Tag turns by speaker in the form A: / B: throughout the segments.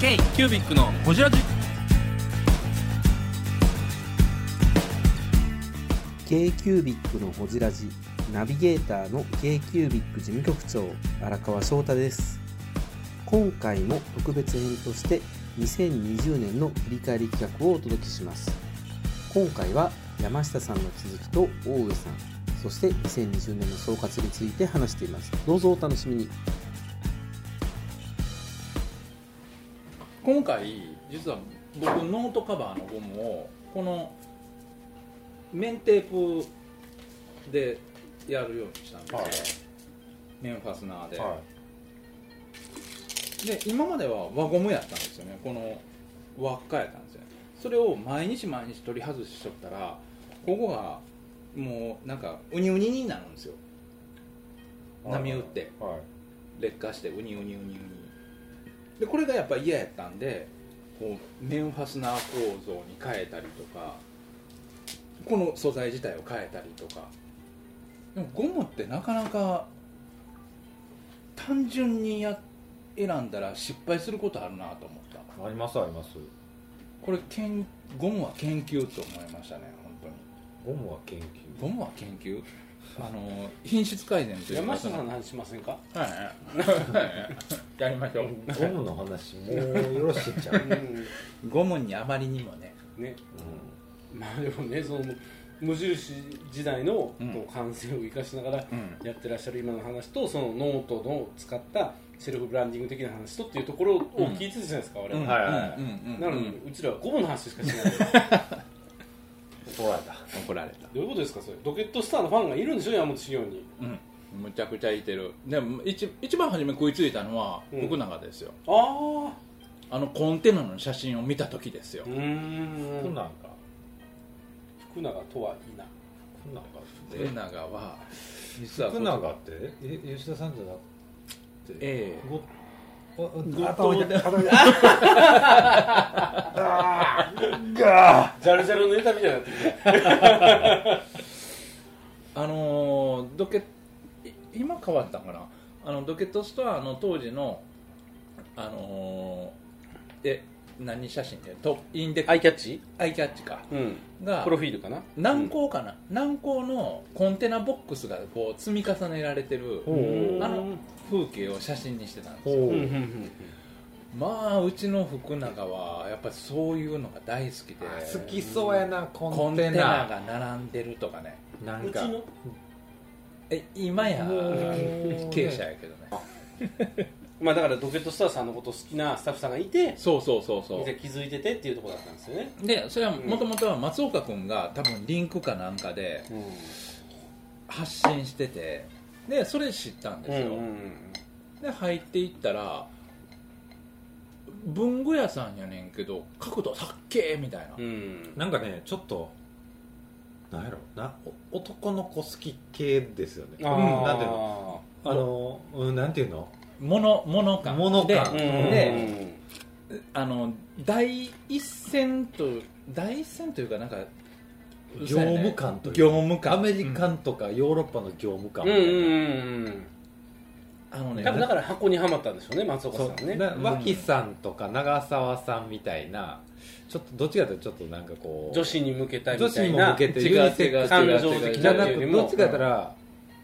A: K キュービックのホジラジ
B: k q u b i c のほじラジナビゲーターの k q u b i c 事務局長荒川翔太です今回も特別編として2020年の振り返り企画をお届けします今回は山下さんの続きと大上さんそして2020年の総括について話していますどうぞお楽しみに
C: 今回実は僕ノートカバーのゴムをこの面テープでやるようにしたんですよ、面ファスナーで、で今までは輪ゴムやったんですよねこの輪っかやったんですよそれを毎日毎日取り外しとったらここがもうなんかウニウニになるんですよ波打って
D: はい
C: 劣化してウニウニウニウニでこれがやっぱ嫌やったんでこう面ファスナー構造に変えたりとかこの素材自体を変えたりとかでもゴムってなかなか単純にや選んだら失敗することあるなと思った
D: ありますあります
C: これけんゴムは研究と思いましたね本当に
D: ゴムは研究
C: ゴムは研究あの品質改善というか
B: の話しませんか
C: はいはいやりましょう
D: ゴムの話もうよろしいんちゃう、
C: ゴムにあまりにもね
B: ねまあでもねその無印時代の
C: うん
B: こう感性を生かしながら
C: うん
B: やってらっしゃる今の話とそのノートの使ったセルフブランディング的な話とっていうところを聞いてたじゃないですか、我
C: うん
B: 々、
D: はいはい
C: うんうんうん
B: なのに、うちらはゴムの話しかしない
D: 怒られた
C: 怒られた
B: どういうことですかそれロケットスターのファンがいるんでしょ山本修行に
C: うんむちゃくちゃいてるでも一一番初め食いついたのは
B: うん
C: 僕なんかですよ、
B: ああ
C: あのコンテナの写真を見た時ですよ
B: うー
D: こん
B: ん
D: なんか
B: 福永とはいいな
D: こんなんか
C: 福永は実は
D: 福永ってえ吉田さんじゃなくて
C: ええ
D: ご
C: 後
D: あ
C: 頭で
D: あが
B: ジャルジャルのネタみたいになってきて
C: あのードケい今変わったんかなあのドケットストアの当時のあのーえ何写真でとインデ
B: アイキャッチ
C: アイキャッチか
B: うん
C: が
B: プロフィールかな
C: 南港かな、南港のコンテナボックスがこう積み重ねられてる
D: ほう
C: あの風景を写真にしてたんです
D: ほ
C: よ
D: う、
B: うんうんうん
C: まあうちの福永はやっぱりそういうのが大好きで
D: 好きそうやなコ
C: コ
D: ン
C: ン
D: テ
C: テ
D: ナ
C: ナが並んでるとかね
D: な
B: うんち
D: か
B: の
C: え今や
D: もう
C: 経営者やけどね
B: まあだからロケットスターさんのこと好きなスタッフさんがいて
C: そうそうそうそ
B: 気づいててっていうところだったんですよね、
C: うでそれはもともとは松岡君が多分リンクかなんかで
B: うん
C: 発信しててでそれ知ったんですよ、
B: うん
C: で入っていったら文具屋さんやねんけど角度さっけーみたいな、
B: うん
D: なんかねちょっとなんやろなお男の子好き系ですよね
B: あ
D: うんなんていうの
B: あ
D: あの、うん、なんていうの
C: 物物感
D: 物
C: で
D: 感
B: うん
C: であの第一線と第一線というかなんか
D: 業務感というか
C: 業務感
D: アメリカンとかヨーロッパの業務感
B: うん
D: み
B: う
D: たいな
B: んうんうん
C: あのね
B: 多分だから箱にはまったんでしょうね松岡
D: そ
B: さ
D: うん
B: ね
D: な
C: うん
D: 脇さんとか長澤さんみたいなちょっとどっちかというとちょっとなんかこう
B: 女子に向けたみ
D: 女
B: た
D: 子
B: い
D: に
B: な
D: も向けて
C: 違う
D: ユニセッ
C: 違う
D: クス
B: 感情
C: 違う違う
B: 的
D: じゃな
B: っていうよ
D: く
B: りも
D: どっちかやったら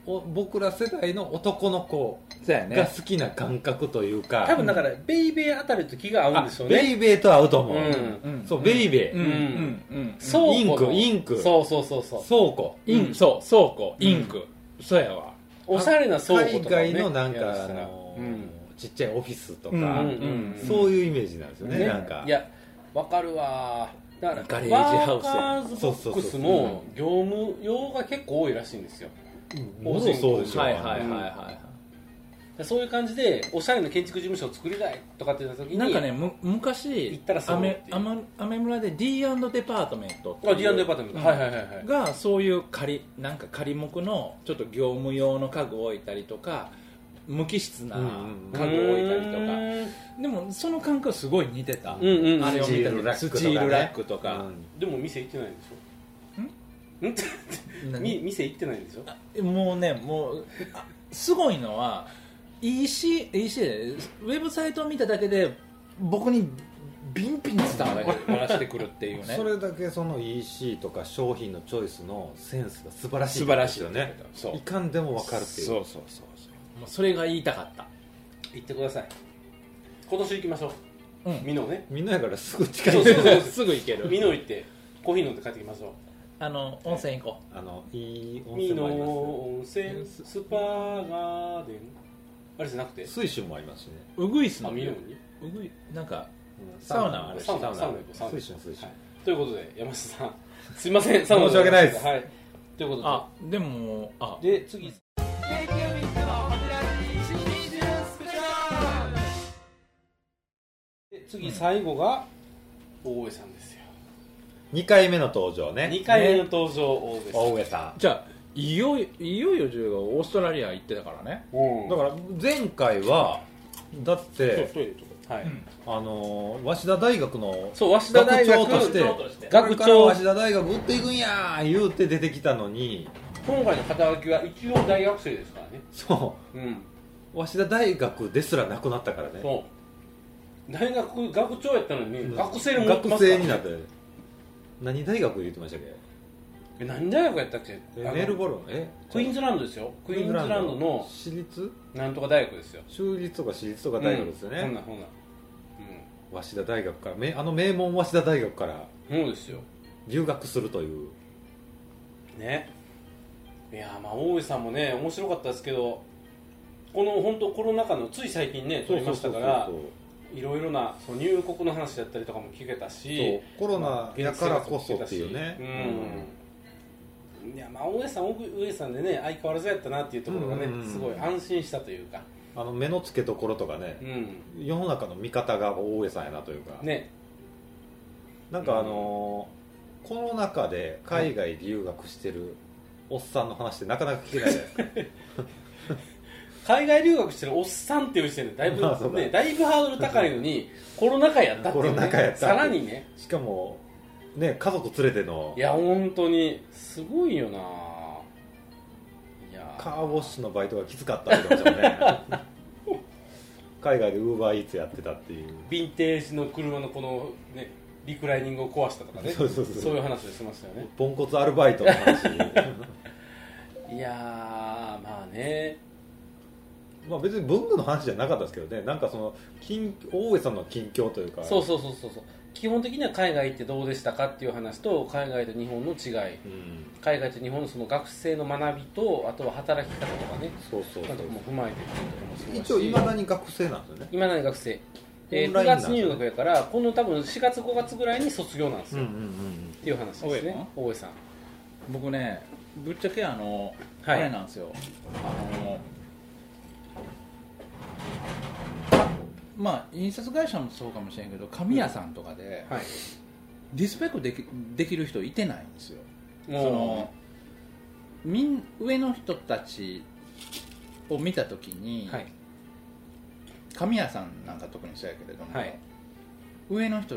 D: お僕ら世代の男の子
C: そうや
D: が
C: ね
D: 好きな感覚というか、
B: 多分だからベイベーあたりと気が合うん
D: あ
B: でしょう
D: ベ
B: ね
D: イベーと合うと
B: う
D: 思う、
B: ん
C: うん
D: そうベイベ
C: う
D: ー、
C: んうんうん
B: 倉
C: う
B: 庫の
D: インクインク
B: そうそうそうそう
D: 倉庫
C: インそう倉庫
D: うん
C: インクそうやわ
B: おしゃれな倉庫
D: 海
B: とかもね
D: 外のなん
B: やら
D: か、
B: し
D: あ
B: たら
D: の
B: うん
D: ちっちゃいオフィスとか、
C: うん
B: うんうん
D: そういうイメージなんですよね
B: ね
D: なんか
B: いやわかるわだから
C: ガレージハウスや
B: ワーカーズボックスも業務用が結構多いらしいんですよ
D: うんもろそうでしょ
C: はいはいはい
B: うん
C: は
B: そういう感じでおしゃれな建築事務所を作りたいとかって言った時
C: い
B: に
C: なんかねむ昔
B: 行ったらそう
C: ア
B: っていう
C: メアメアメ村で D& デパートメントってい
B: あ
C: う
B: D&D パートメント、
C: うん
B: はいはいはいはい
C: がそういう仮なんか仮木のちょっと業務用の家具を置いたりとか無機質な家具を置いたりとか、でもその感覚すごい似てた、
B: うんうんうん
C: あれを見た
D: スチールラッ
C: ら
D: クと
C: ス
D: かね
C: チールラックとか,、
B: でも店行ってないんでしょん み
C: 何
B: 店行ってないんでしょ
C: もうねもうあすごいのは EC, EC でウェブサイトを見ただけで
E: 僕にビンビン伝わら漏らしてくるっていうね
D: それだけその EC とか商品のチョイスのセンスが素晴らしい
E: 素晴らしい
D: よね
E: そう
D: いかんでも分かるっていう
E: そうそうそうそ
C: もうそれが言いたかった
B: 行ってください今年行きましょう、
C: うん
B: ミノね
D: みんなやからすぐ近い
B: そうそうそ う
C: すぐ行ける
B: ミノ行ってコーヒー飲んで帰ってきましょ
C: あの温泉行こ
D: あのいいう温
B: ミ
D: 泉も
B: ノ
D: あります
B: 温泉スパガーデンあれじゃなくて
D: ね水州もありますしね、
C: うウグイス
B: あ
C: の
B: ミノ
C: う
B: に
C: ぐいなんか
D: うん
C: サウナもあるし
B: サウナサウナ行こうサウナ
D: 水州水州
B: はいということで山下さんすいませんサウナ
D: 申し訳ないです
B: はいということで
C: あでもあ
B: で次で次最後が大江さんですよ
D: 2回目の登場ね
B: 2回目の登場大江さん
D: 大上さ
C: じゃあいよいいよいよ10がオーストラリア行ってたからね
D: んだから前回はだって
B: トイレとかはい
D: あのー早稲田大学の
B: そう早稲田大学
D: 学長として
C: そうとして
D: こ
B: 学長
D: れから早稲田大学打っていくんやー言うて出てきたのに
B: 今回の肩書きは一応大学生ですからね
D: そ
B: うん
D: う早稲田大学ですらなくなったからね
B: そう大学学長やったのに学生に戻ってま
D: 学
B: すか
D: 生
B: ら
D: になって何大学言ってましたっけ
B: え何大学やったっけ
D: え
B: あの
D: メルボルンえ
B: クイーンズランドですよクイーンズランドの
D: 私立
B: なんとか大学ですよ
D: 州立とか私立とか大学ですよ
B: うんそん
D: ね、
B: なそんな
D: 早稲田大学からめあの名門早稲田大学から
B: うんそうですよ
D: 留学するという
B: ねいやーまあ大江さんもね面白かったですけどこの本当コロナ禍のつい最近ね撮りましたから
D: そうそうそう
B: いろいろなその入国の話だったりとかも聞けたし
D: そうコロナやからこそっていうね、
B: うんいやまあ大江さん奥上さんでね相変わらずやったなっていうところがね、
D: うんうんうん
B: すごい安心したというか
D: あの目の付けどころとかね
B: う、ん
D: 世の中の見方が大江さんやなというか、
B: ね
D: なんかあのーコロナ禍で海外留学してるおっさんの話ってなかなか聞けないじゃないですか
B: 海外留学してるおっさんっていう時点でだいぶ、
D: まあそうだ
B: ね、だいぶハードル高いの にコロナ禍やったっていう、ね、
D: コロナ禍やったって
B: さらにね
D: しかもね家族連れての
B: いや本当にすごいよなぁいや
D: カーウォッシュのバイトがきつかったって言ってましたもんね海外でウーバーイーツやってたっていう
B: ヴィンテージの車のこのねリクライニングを壊したとかね
D: そうそうそう
B: いう話をしてましたよね
D: ポンコツアルバイトの話
B: いやーまあね
D: まあ別に文具の話じゃなかったですけどねなんかその近大江さんの近況というか
B: そうそうそうそうそう基本的には海外行ってどうでしたかっていう話と海外と日本の違い
D: うん
B: 海外と日本のその学生の学びとあとは働き方とかね
D: そうそう
B: なんとかも踏まえてる
D: 一応いまだに学生なんですよね
B: いまだに学生で
D: オ
B: 9
D: ンラインなんで
B: 月
D: すね
B: 入学やからこの多分4月5月ぐらいに卒業なんですよ、
D: うんうん
B: っていう話ですね大江さん
C: 僕ねぶっちゃけあの、
B: はい
C: あれなんですよあのまあ印刷会社もそうかもしれんけど紙屋さんとかで、
B: はい
C: リスペクトできできる人いてないんですよそ
B: もう
C: のみん上の人たちを見た時に、
B: はい
C: 紙屋さんなんか特にそうやけれども、
B: はい
C: 上の人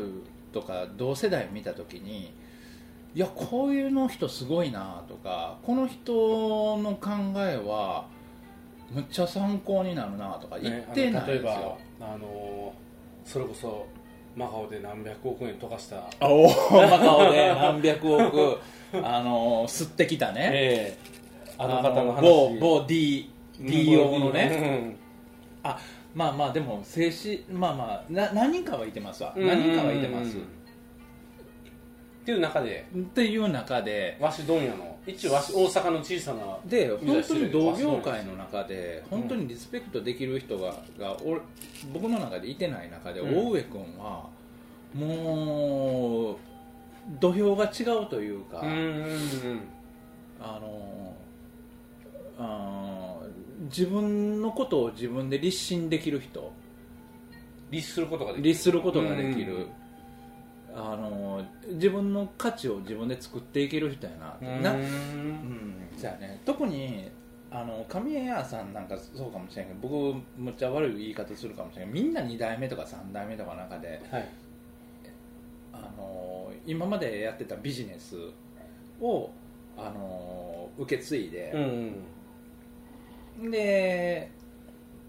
C: とか同世代見た時にいやこういうの人すごいなとかこの人の考えはむっちゃ参考になるなとか言ってないん
B: ね
C: ですよ、
B: あの例えばあのそれこそマカオで何百億円溶かした
C: あおおマカオ で何百億あの吸ってきたね、
B: ええあの方の話
C: 某某 D
B: うん
C: DO のね、
B: うん
C: まあまあでも静止まあまあな何人かはいてますわ、
B: うん
C: 何人かはいてます、
B: うんっていう中で
C: っていう中で
B: 和紙問屋の一応和紙大阪の小さな
C: で本当に同業界の
B: な
C: 中で本当にリスペクトできる人がが俺僕の中でいてない中で、
B: うん
C: 大上君はもう土俵が違うというか、
B: うんうん
C: あのあー自分のことを自分で立身できる人
B: 律することができる
C: 律することができる、
B: うん
C: あの自分の価値を自分で作っていける人やなって、
B: うん
C: なじゃあね特にあの神谷屋さんなんかそうかもしれんけど僕むっちゃ悪い言い方するかもしれんけどみんな2代目とか3代目とかの中で
B: はい
C: あの今までやってたビジネスをあの受け継い
B: うん
C: で、
B: うん
C: で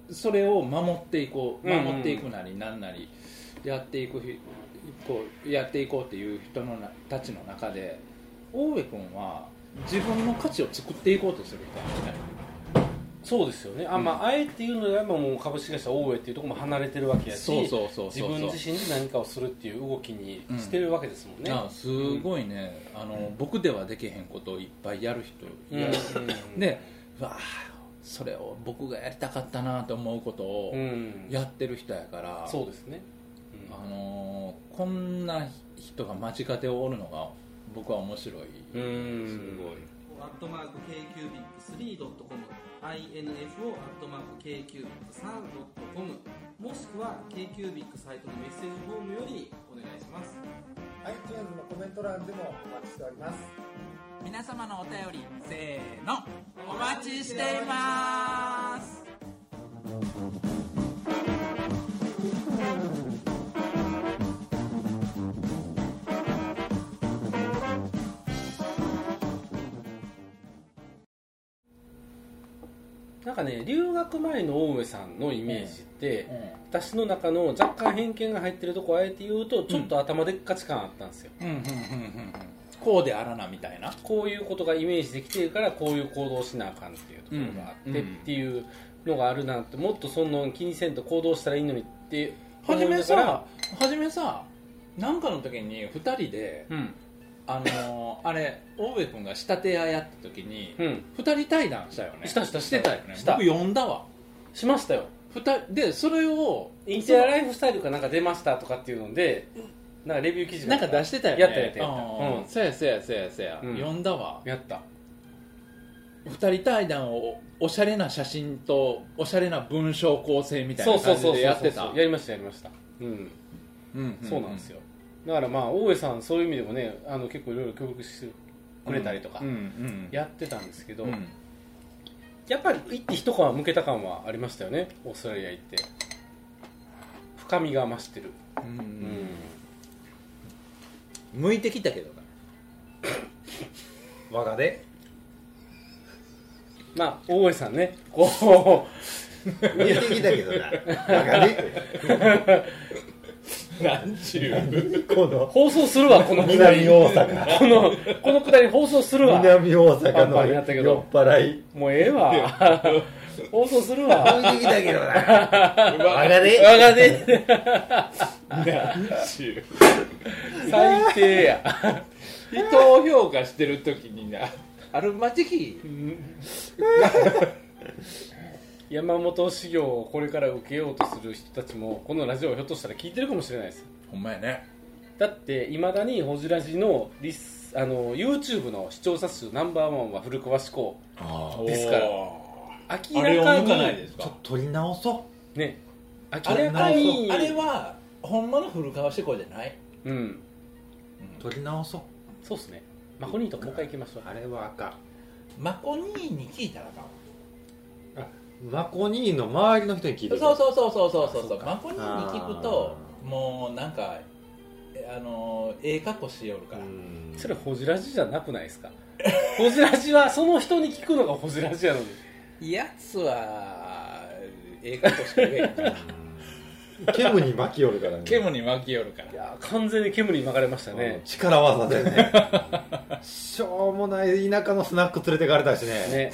C: それを守っていこう
B: うんうん
C: 守っていくなりなんなり、やっていくひこうやっていこうっていう人のなたちの中で大上君は自分の価値を作っていこうとする人なんですね
B: そうですよねあ、まあ、あえて言うのであればもう株式会社大江っていうところも離れてるわけやし
C: そうそうそうそうそう
B: 自分自身で何かをするっていう動きにしてるわけですもんね、
C: あすごいね、あの僕ではできへんことをいっぱいやる人、
B: うんうん
C: でうわあそれを僕がやりたかったなと思うことを
B: うん
C: やってる人やから、
B: そうですね、うん
C: あのーこんな人が間近でおるのが僕は面白い、
B: うん
C: すごい
A: アットマーク KQBIC3.com info アットマーク KQBIC3.com もしくは KQBIC サイトのメッセージフォームよりお願いします
F: iTunes のコメント欄でもお待ちしております
A: 皆様のお便りせーのお待ちしています
B: なんかね留学前の大上さんのイメージって、
C: うん
B: 私の中の若干偏見が入ってるとこあえて言うとちょっと頭でっかち感あったんですよ、
C: うんうんうんうんうんこうであらなみたいな
B: こういうことがイメージできてるからこういう行動しなあかんっていうところがあって
C: う
B: っ
C: んうん
B: ていうのがあるなってもっとそんなん気にせんと行動したらいいのにって思
C: 初
B: い
C: め
B: なが
C: さ
B: ら、
C: 初めさなんかの時に2人で
B: うん
C: あのー あれ大上君が仕立て屋やった時に、
B: うん、
C: 二人対談したよね
B: したした
C: してたよね
B: した
C: 僕呼んだわ
B: しましたよ
C: 二人でそれを
B: インテリアライフスタイルかなんか出ましたとかっていうのでなんかレビュー記事が
C: なんか出してたよね
B: やったやったやった
C: うんそやそやそやそや、
B: うん
C: 呼んだわ
B: うん、やった
C: 二人対談をおしゃれな写真とおしゃれな文章構成みたい
B: そう
C: な
B: そう
C: 感
B: そ
C: じ
B: うそう
C: でやってた
B: やりましたやりましたうん
C: うん
B: そうなんですよ、だからまあ大江さんそういう意味でもねあの結構いろいろ協力してくれたりとか
C: うんうん
B: やってたんですけど、
C: うん
B: やっぱり一って一皮向けた感はありましたよねオーストラリア行って深みが増してる、
C: うん
B: うん
C: 向いてきたけどな
D: 我がで
B: まあ大江さんねこ
D: 向いてきたけどな我がで
C: 何ちゅう
D: こ
B: う
D: の
B: 放送するわこのくだり
D: 南大阪
B: このこのくだり放送するわ
D: 南大
B: パ
D: 阪
B: ンパ
D: の
B: ンやったけ
D: 酔
B: ど
D: っ払い
B: もうええ わ放送するわ
D: 向いてきたけどな我がで
B: 我が ね最低や
C: 人を評価してる時になあるまじき
B: 山本修行をこれから受けようとする人たちもこのラジオをひょっとしたら聞いてるかもしれないです
C: ほんまやね
B: だっていまだにホジラジのリスあの YouTube の視聴者数ナンバーワンは古川志向ですから明
C: あれ
B: ら
C: を
B: か
C: 抜
B: に
C: かないです
D: ちょっ
C: か
D: と取り直そう
B: ね
C: あ
B: 明
C: れ
B: らかに
C: あれはほんまの古川志向じゃない
B: うん
D: 取り直そう
B: そうっすねマコニーともう一回行きましょう
D: あれは赤
C: マコニーに聞いたらあかんわ
D: マコニーの周りの人に聞いて
C: そう
D: る
C: そうそうそうそうそうそう
D: あそうか
C: マコニーに聞くともうなんかえあのーええ格好しよるから、
D: ん
B: それホジラジじゃなくないですか ホジラジはその人に聞くのがホジラジやのに
C: やつはええ格好しか言えへん から
D: ケムに巻き寄るからね
C: ケムに巻き寄るから
B: いやー完全に煙に巻かれました
D: ね
B: ね
D: 力技だよねしょうもない田舎のスナック連れてかれたしね
B: ね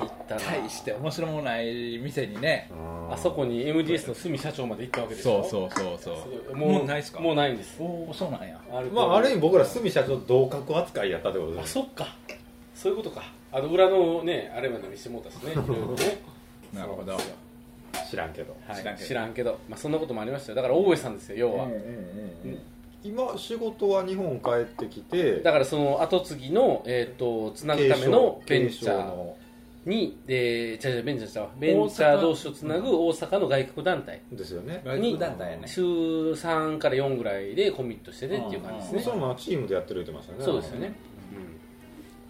B: 行ったな
C: 大して面白もない店にね
D: うん
B: あそこに MDS の角社長まで行ったわけでしょ
C: うそうそう
B: すごい
C: もうないっすか
B: もうないんです
C: おおそうなんや
B: ある
D: まあある意味僕ら鷲見社長同格扱いやったってことで
B: あ
D: す
B: そっかそういうことかあの裏のねあれまで見せてもうたし ねいろいろね
C: なるほど
D: 知らんけど、
B: はい
C: 知らんけど
B: 知らんけど、まあ、そんなこともありましたよだから大江さんですよ要は、
D: 今仕事は日本帰ってきて
B: だからその後継ぎの、えー、とつなぐためのベンチ
D: 継承
B: ャー
D: の
B: に、えー、違う違うベンチャーちゃうわベンチャー同士をつなぐ大阪の外国団体
D: ですよね
C: 外国団体やね
B: 週3から4ぐらいでコミットしててっていう感じ
C: うん
B: で
C: ん
B: す
D: その
B: ね
D: ままチームでやってるって言ってましたね
B: そうですよね、うん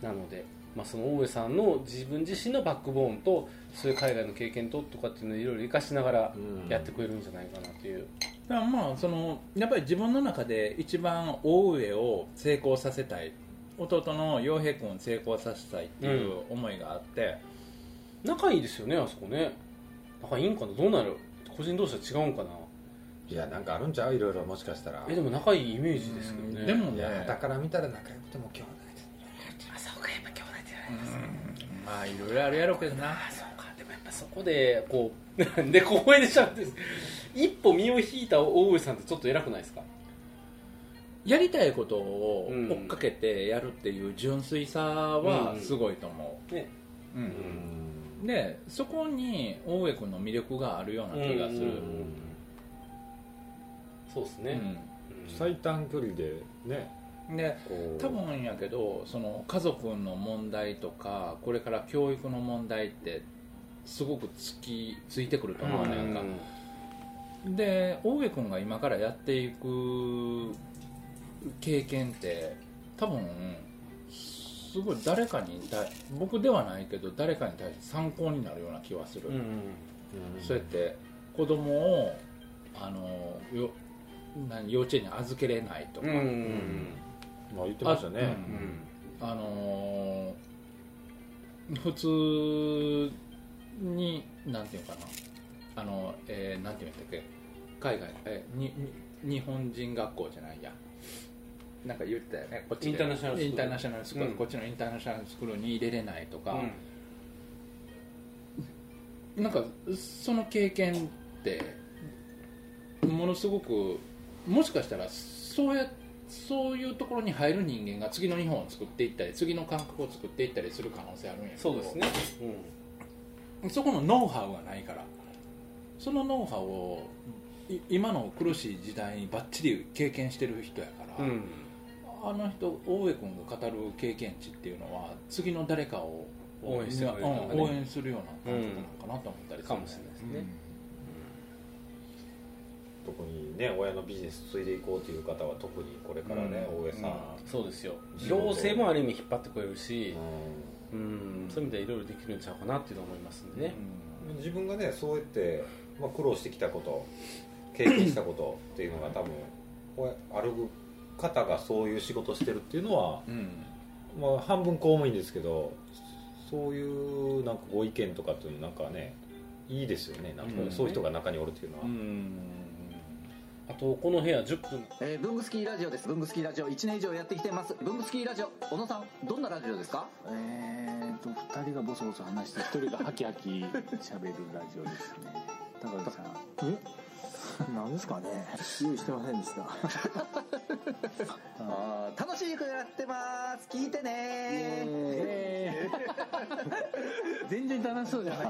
B: なので、まあ、その大江さんの自分自身のバックボーンとそういう海外の経験ととかっていうのをいろいろ生かしながら
D: うん
B: やってくれるんじゃないかなという、
C: だからまあそのやっぱり自分の中で一番大上を成功させたい弟の洋平君を成功させたいっていう思いがあって、
B: 仲いいですよねあそこね仲いいんかなどうなる個人同士は違うんかな
D: いやなんかあるんちゃういろいろもしかしたら
B: えでも仲いいイメージですけどね
C: でも
D: い
C: ね
D: やはから見たら仲良くても兄弟
C: うんまあいろいろあるやろうけどな
B: あそうかでもやっぱそこでこう で小声でしゃべって一歩身を引いた大上さんってちょっと偉くないですか
C: やりたいことを
B: うん
C: 追っかけてやるっていう純粋さはすごいと思う、
B: ね
C: うん
D: うーん
C: でそこに大江君の魅力があるような気がす
B: う
C: る、
B: んそうです
C: うん
B: ね、うん
D: 最短距離でね
C: で
D: こう
C: 多分やけどその家族の問題とかこれから教育の問題ってすごくつきついてくると思うねんか、で大江君が今からやっていく経験って多分すごい誰かに対僕ではないけど誰かに対して参考になるような気はする、
B: うん
D: うん
C: そうやって子供をあのよ何幼稚園に預けれないとか、
B: うんうん
D: まあ言ってましたね
B: うんうん
C: あのー普通になんていうのかなあの、えーなんていうんだっけ海外、えーにに日本人学校じゃないやなんか言ったよねこっちで
B: インターナショナルスクール
C: インターナショナルスクール
B: うん
C: こっちのインターナショナルスクールに入れれないとか、なんかその経験ってものすごくもしかしたらそうやそういうところに入る人間が次の日本を作っていったり次の感覚を作っていったりする可能性あるんやけど
B: そうですね、
C: そこのノウハウがないからそのノウハウをい今の苦しい時代にばっちり経験してる人やから、
B: うん
C: あの人大江君が語る経験値っていうのは次の誰かを
B: 応援してくれる
C: う
B: とかね
C: ん応援するような感覚なのかなと思ったりする
B: かもしれないですね、
D: 特にね親のビジネス継いでいこうという方は特にこれからね
C: うん
D: 大江さん
B: そうですよ
D: 自分の
B: 行政もある意味引っ張ってこれるし、
D: う
B: うん、そういう意味ではいろいろできるんちゃうかなっていうのは思いますんでね、
D: ん自分がねそうやってまあ苦労してきたこと経験したことっていうのが多分こうある方がそういう仕事してるっていうのは
C: うん、うん
D: まあ、半分公務員ですけどそういうなんかご意見とかっていうのなんかねいいですよねなんか
C: うん
D: そういう人が中におるっていうのは、
B: あとこの部屋10分
G: えー、ブングスキーラジオです。ブングスキーラジオ1年以上やってきてます。ブングスキーラジオ。小野さん、どんなラジオですか
H: えーと2人がボソボソ話して1人がハキハキ喋るラジオですね高木さんえ何ですかね用意してませんでした
G: あー楽しくやってます。聞いてね
H: えー全然楽しそうじゃな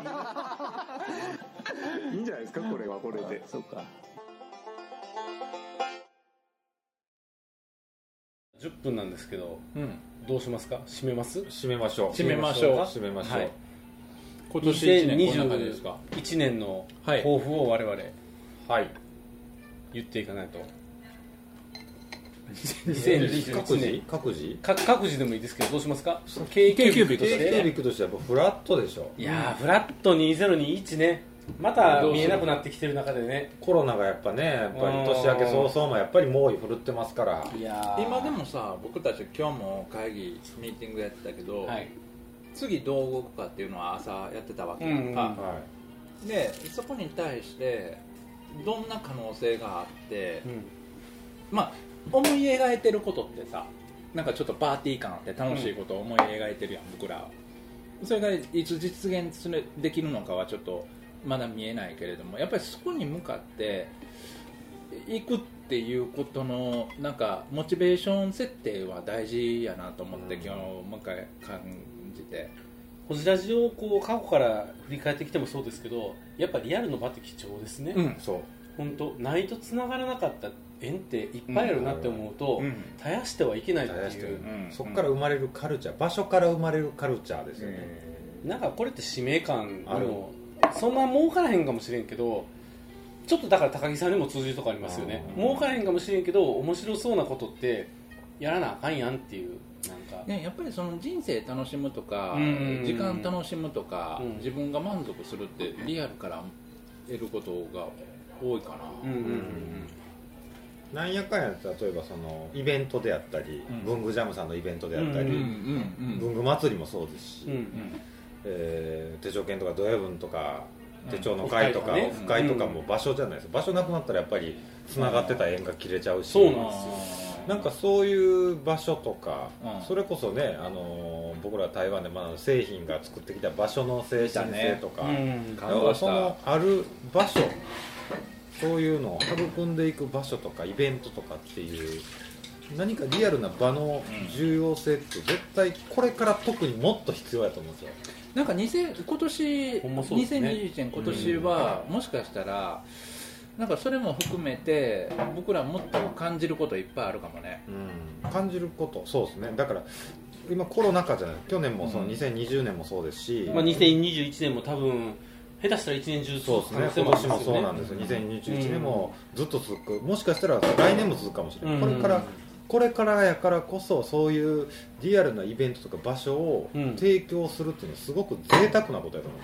H: いいいんじゃないですかこれはこれでそうか
B: 10分なんですけど
C: うん、
B: どうしますか締めます
D: 締めましょう
C: 締めましょう
D: 締めましょう、
B: はい
C: 今年1年こんな感じですか
B: 2021年の
C: はい
B: 抱負を我々
D: はい
B: 言っていかないと
D: 各
B: 2021
D: 自
B: 年
D: 各自
B: か各自でもいいですけどどうしますか経営キュービックとし
D: KQ ビ
B: て
D: ックとしてはやっぱフラットでしょ
B: いやーフラット2021ねまた見えなくなってきてる中でね
D: コロナがやっぱねやっぱり年明け早々もやっぱり猛威振るってますから
B: いや
C: 今でもさ僕たち今日も会議ミーティングやってたけど、
B: はい
C: 次どう動くかっていうのは朝やってたわけやん
B: うん
C: か、
D: は
C: でそこに対してどんな可能性があって、まあ思い描いてることってさなんかちょっとパーティー感あって楽しいことを思い描いてるやん、僕らはそれがいつ実現するできるのかはちょっとまだ見えないけれどもやっぱりそこに向かって行くっていうことのなんかモチベーション設定は大事やなと思って、
D: うん
C: 今日もう一回感じて
B: ホジラジをこう過去から振り返ってきてもそうですけどやっぱリアルの場って貴重ですね、
C: うん
D: いそう
B: 本当ないと繋がらなかった縁っていっぱいあるなって思うと、
C: うん
B: 絶やしてはいけないって
D: 絶やして
B: い
D: る
B: う、
C: うん
D: そこから生まれるカルチャー場所から生まれるカルチャーですよね、
B: なんかこれって使命感
D: ある
B: のそんな儲からへんかもしれんけどちょっとだから高木さんにも通じるとこありますよね
D: うん
B: 儲からへんかもしれんけど面白そうなことってやらなあかんやんっていうなんか、
C: ね、やっぱりその人生楽しむとか、
B: うん
C: 時間楽しむとか、
B: うん
C: 自分が満足するってリアルから得ることが多いかな、
B: うんうん
D: なんやかんや例えばそのイベントであったり、
C: うん
D: 文具ジャムさんのイベントであったり、
B: うんうん
C: うん
D: 文具祭りもそうですし、
B: うんうん
D: えー手帳券とかドヤ文とか手帳の会とか
B: うん
D: オフ会とかも場所じゃないです場所なくなったらやっぱりつながってた縁が切れちゃうし
B: そうなんですよ
D: なんかそういう場所とか、
C: うん
D: それこそね、あのー僕ら台湾で学んだ製品が作ってきた場所の精神性とか、
B: うん
D: だからそのある場所そういうのを育んでいく場所とかイベントとかっていう何かリアルな場の重要性って絶対これから特にもっと必要やと思うんですよ
C: なんか2000今年、
B: ほんまそうですね
C: 2021年今年は、もしかしたらなんかそれも含めて僕らもっと感じることいっぱいあるかもね
D: うん、感じることそうですねだから今コロナ禍じゃない去年もその2020年もそうですし、
B: まあ、2021年も多分下手したら一年中
D: そう
B: 続
D: で
B: く
D: す
B: 可能
D: ね
B: 性
D: 今
B: もあ
D: 年
B: るん
D: もそ
B: です
D: う
B: よ
D: な
B: ね
D: んですよ2021年もずっと続くもしかしたら来年も続くかもしれない、これからこれからやからこそそういうリアルなイベントとか場所を
B: うん
D: 提供するっていうのはすごく贅沢なことやと思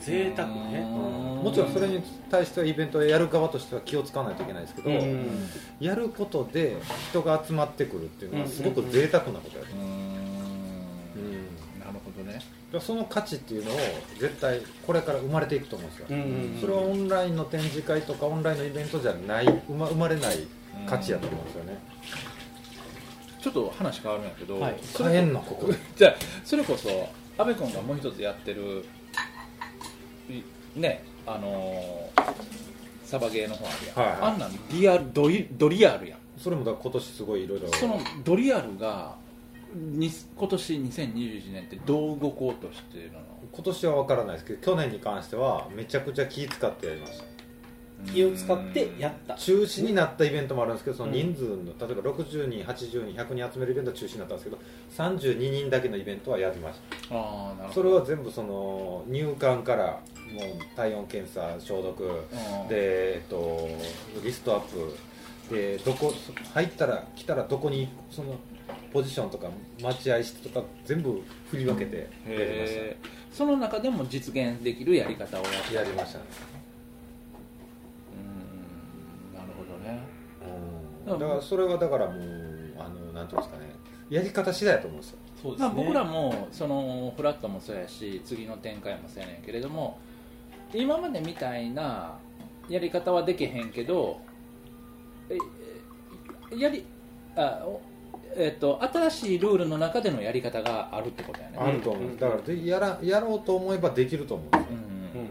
B: 贅沢
C: う
B: ね
D: う、もちろんそれに対してはイベントをやる側としては気を使わないといけないですけど、
B: うん
D: やることで人が集まってくるっていうのはすごく贅沢なことやと
C: う
D: 思
C: ー
D: う、
C: ん
D: うん
C: なるほどね
D: だからその価値っていうのを絶対これから生まれていくと思うんですよ、
B: うんうん
D: それはオンラインの展示会とかオンラインのイベントじゃない生ま生まれない価値やと思うんですよね、
C: ちょっと話変わるんやけど、
B: はい
C: それ
D: 変えんのここで
C: じゃあそれこそアベコンがもう一つやってるいねあのーサバゲーの方あるやん、
D: はいはい
C: あんなんリアルドリドリアルやん
D: それもだから今年すごいいろいろ
C: そのドリアルがに今年2021年ってどう動こうとしてるの
D: 今年は分からないですけど去年に関してはめちゃくちゃ気使ってやりました
B: 気を使ってやった
D: 中止になったイベントもあるんですけどその
B: うん
D: 人数の、例えば60人80人100人集めるイベントは中止になったんですけど32人だけのイベントはやりました
C: ああなる
D: そ
C: ほ
D: れ
C: ど
D: は全部その入管からもう体温検査消毒
C: うん
D: で、えっと、リストアップでどこ入ったら来たらどこにそのポジションとか待合室とか全部振り分けてやりまし
C: へーその中でも実現できるやり方をやった
D: たやりましたね
C: うんなるほどね
D: うんだからそれはだからもうあのなんていうんですかねやり方次第だと思うんですよ
B: そうです
C: まあ、
B: ね
C: 僕らもそのフラットもそうやし次の展開もそうやねんけれども今までみたいなやり方はできへんけどええやりあおえっと新しいルールの中でのやり方があるってことやね
D: あると思うんですだからでやらやろうと思えばできると思うんです
C: うん
D: よ
C: うんうん
D: うん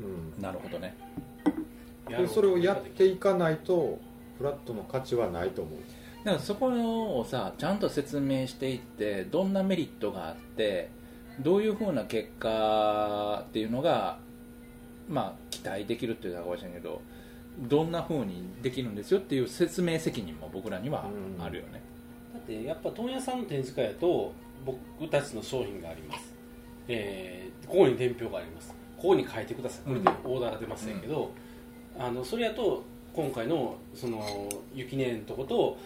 C: うんなるほどね
B: やろ
D: で
B: う
D: それをやっていかないとフラットの価値はないと思う
C: だからそこをさちゃんと説明していってどんなメリットがあってどういうふうな結果っていうのが、まあ、期待できるっていうのはおかしいけどどんなふうにできるんですよっていう説明責任も僕らにはあるよね、
B: だってやっぱ問屋さんの展示会やと僕たちの商品があります、えーここに伝票がありますここに書いてくださいこれでオーダーが出ませんけど、あのそれやと今回のその雪姉のとこと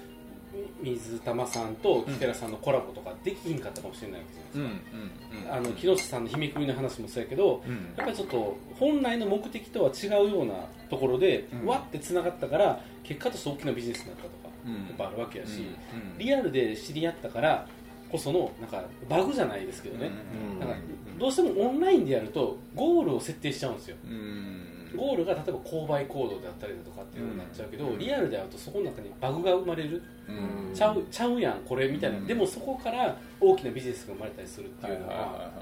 B: 水玉さんと木寺さんのコラボとかできひんかったかもしれないわけじゃないですか、あの木下さんの姫組の話もそうやけど、
C: うん
B: やっぱりちょっと本来の目的とは違うようなところで、
C: うん
B: わってつながったから結果として大きなビジネスになったとか、
C: うん
B: やっぱあるわけやし、
C: うん
B: リアルで知り合ったからこそのなんかバグじゃないですけどね、
D: うん
B: なんかどうしてもオンラインでやるとゴールを設定しちゃうんですよ
C: うん
B: ゴールが例えば購買行動であったりだとかっていうのになっちゃうけど、リアルでやるとそこの中にバグが生まれる、
C: うん
B: ちゃうちゃうやんこれみたいな、
C: うん
B: でもそこから大きなビジネスが生まれたりするって
C: はいいうはい
B: の
C: は
B: は,、
C: いは
B: やっ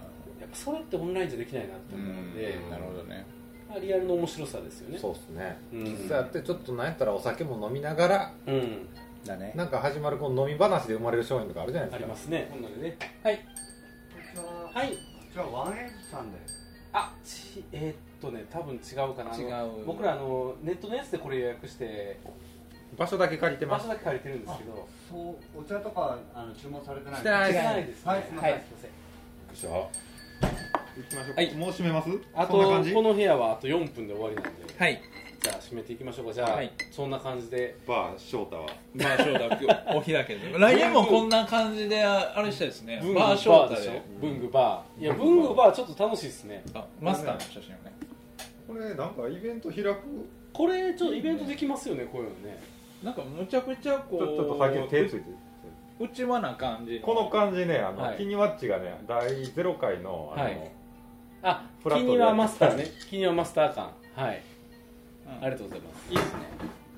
B: ぱそれってオンラインじゃできないなって
C: い
B: 思うので、
C: うんなるほどね
B: まあ、リアルの面白さですよね
D: そうですね
B: うん
D: 喫茶やってちょっとなんやったらお酒も飲みながら
B: うん
C: だね
D: なんか始まるこの飲み話で生まれる商品とかあるじゃない
B: あ
D: で
B: り
D: す
B: ま
D: か
B: すねこんなでねはいはい
H: じゃあワンエンジさんで
B: あちえーっとね多分違うかなあの
C: 違う
B: 僕らあのネットのやつでこれ予約して
D: 場所だけ借りて
B: 場
D: ます
B: 所だけ借りてるんですけど
H: そうお茶とかあの注文されてない
C: してない
B: 知らないですね
H: はいすいません
B: すいません
H: 行きましょう
C: はい
H: もう閉めます
B: あ
H: そんな
B: と
H: 感じ
B: この部屋はあと4分で終わりなんで
C: はい
B: じゃあ締めていきましょうかじゃあ
C: はい
B: そんな感じで
H: バー翔太は
C: バーショーダーお開けで 来年もこんな感じであれしたいですね
B: 文具
C: バ
B: バ
C: ーショー
B: ー
C: ダ
B: で
C: ー
B: しょ
C: で
B: 文具バーいや文具バーちょっと楽しいですね
C: あマスターの写真をね
H: これなんかイベント開く
B: これちょっとイベントできますよねこういうのね
C: なんかむちゃくちゃこう
D: ちょっと先手ついて
E: うちわな感じ
D: この感じねあの、
B: はい
D: キニワッチがね第0回のあの、
B: はいあ
D: フラッ
B: キ
D: トで
B: ニワマスタ ーねキニワマスター感はい、
E: うん
B: ありがとうございます
E: いいですね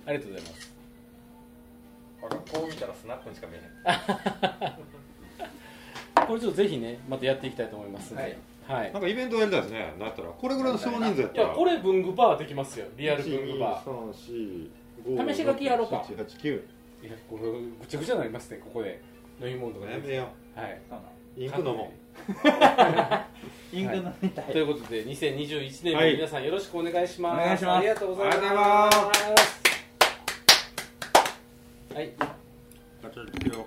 B: ありがとうございます
D: ほらこう見たらスナップにしか見えへん
B: これちょっとぜひねまたやっていきたいと思いますんではい、
I: なんかイベントやりたいですね。だったら、これぐらいの少人数やっ
B: い
I: た
B: や
I: ら。
B: これ文具バーできますよリアル文具バ
I: 1 2 3 4 5
B: 試し書きやろうか
I: 7 8 9
B: ーいやこれぐちゃぐちゃになりますねここで飲み物とか
I: や
B: ね
I: めよ
B: はい
I: インク飲も
E: インク飲みたい
B: ということで2021年も
I: はい
B: 皆さんよろしくお願いします、
E: お願いします
B: ありがとうございます
I: ありがとうございます。
B: はいう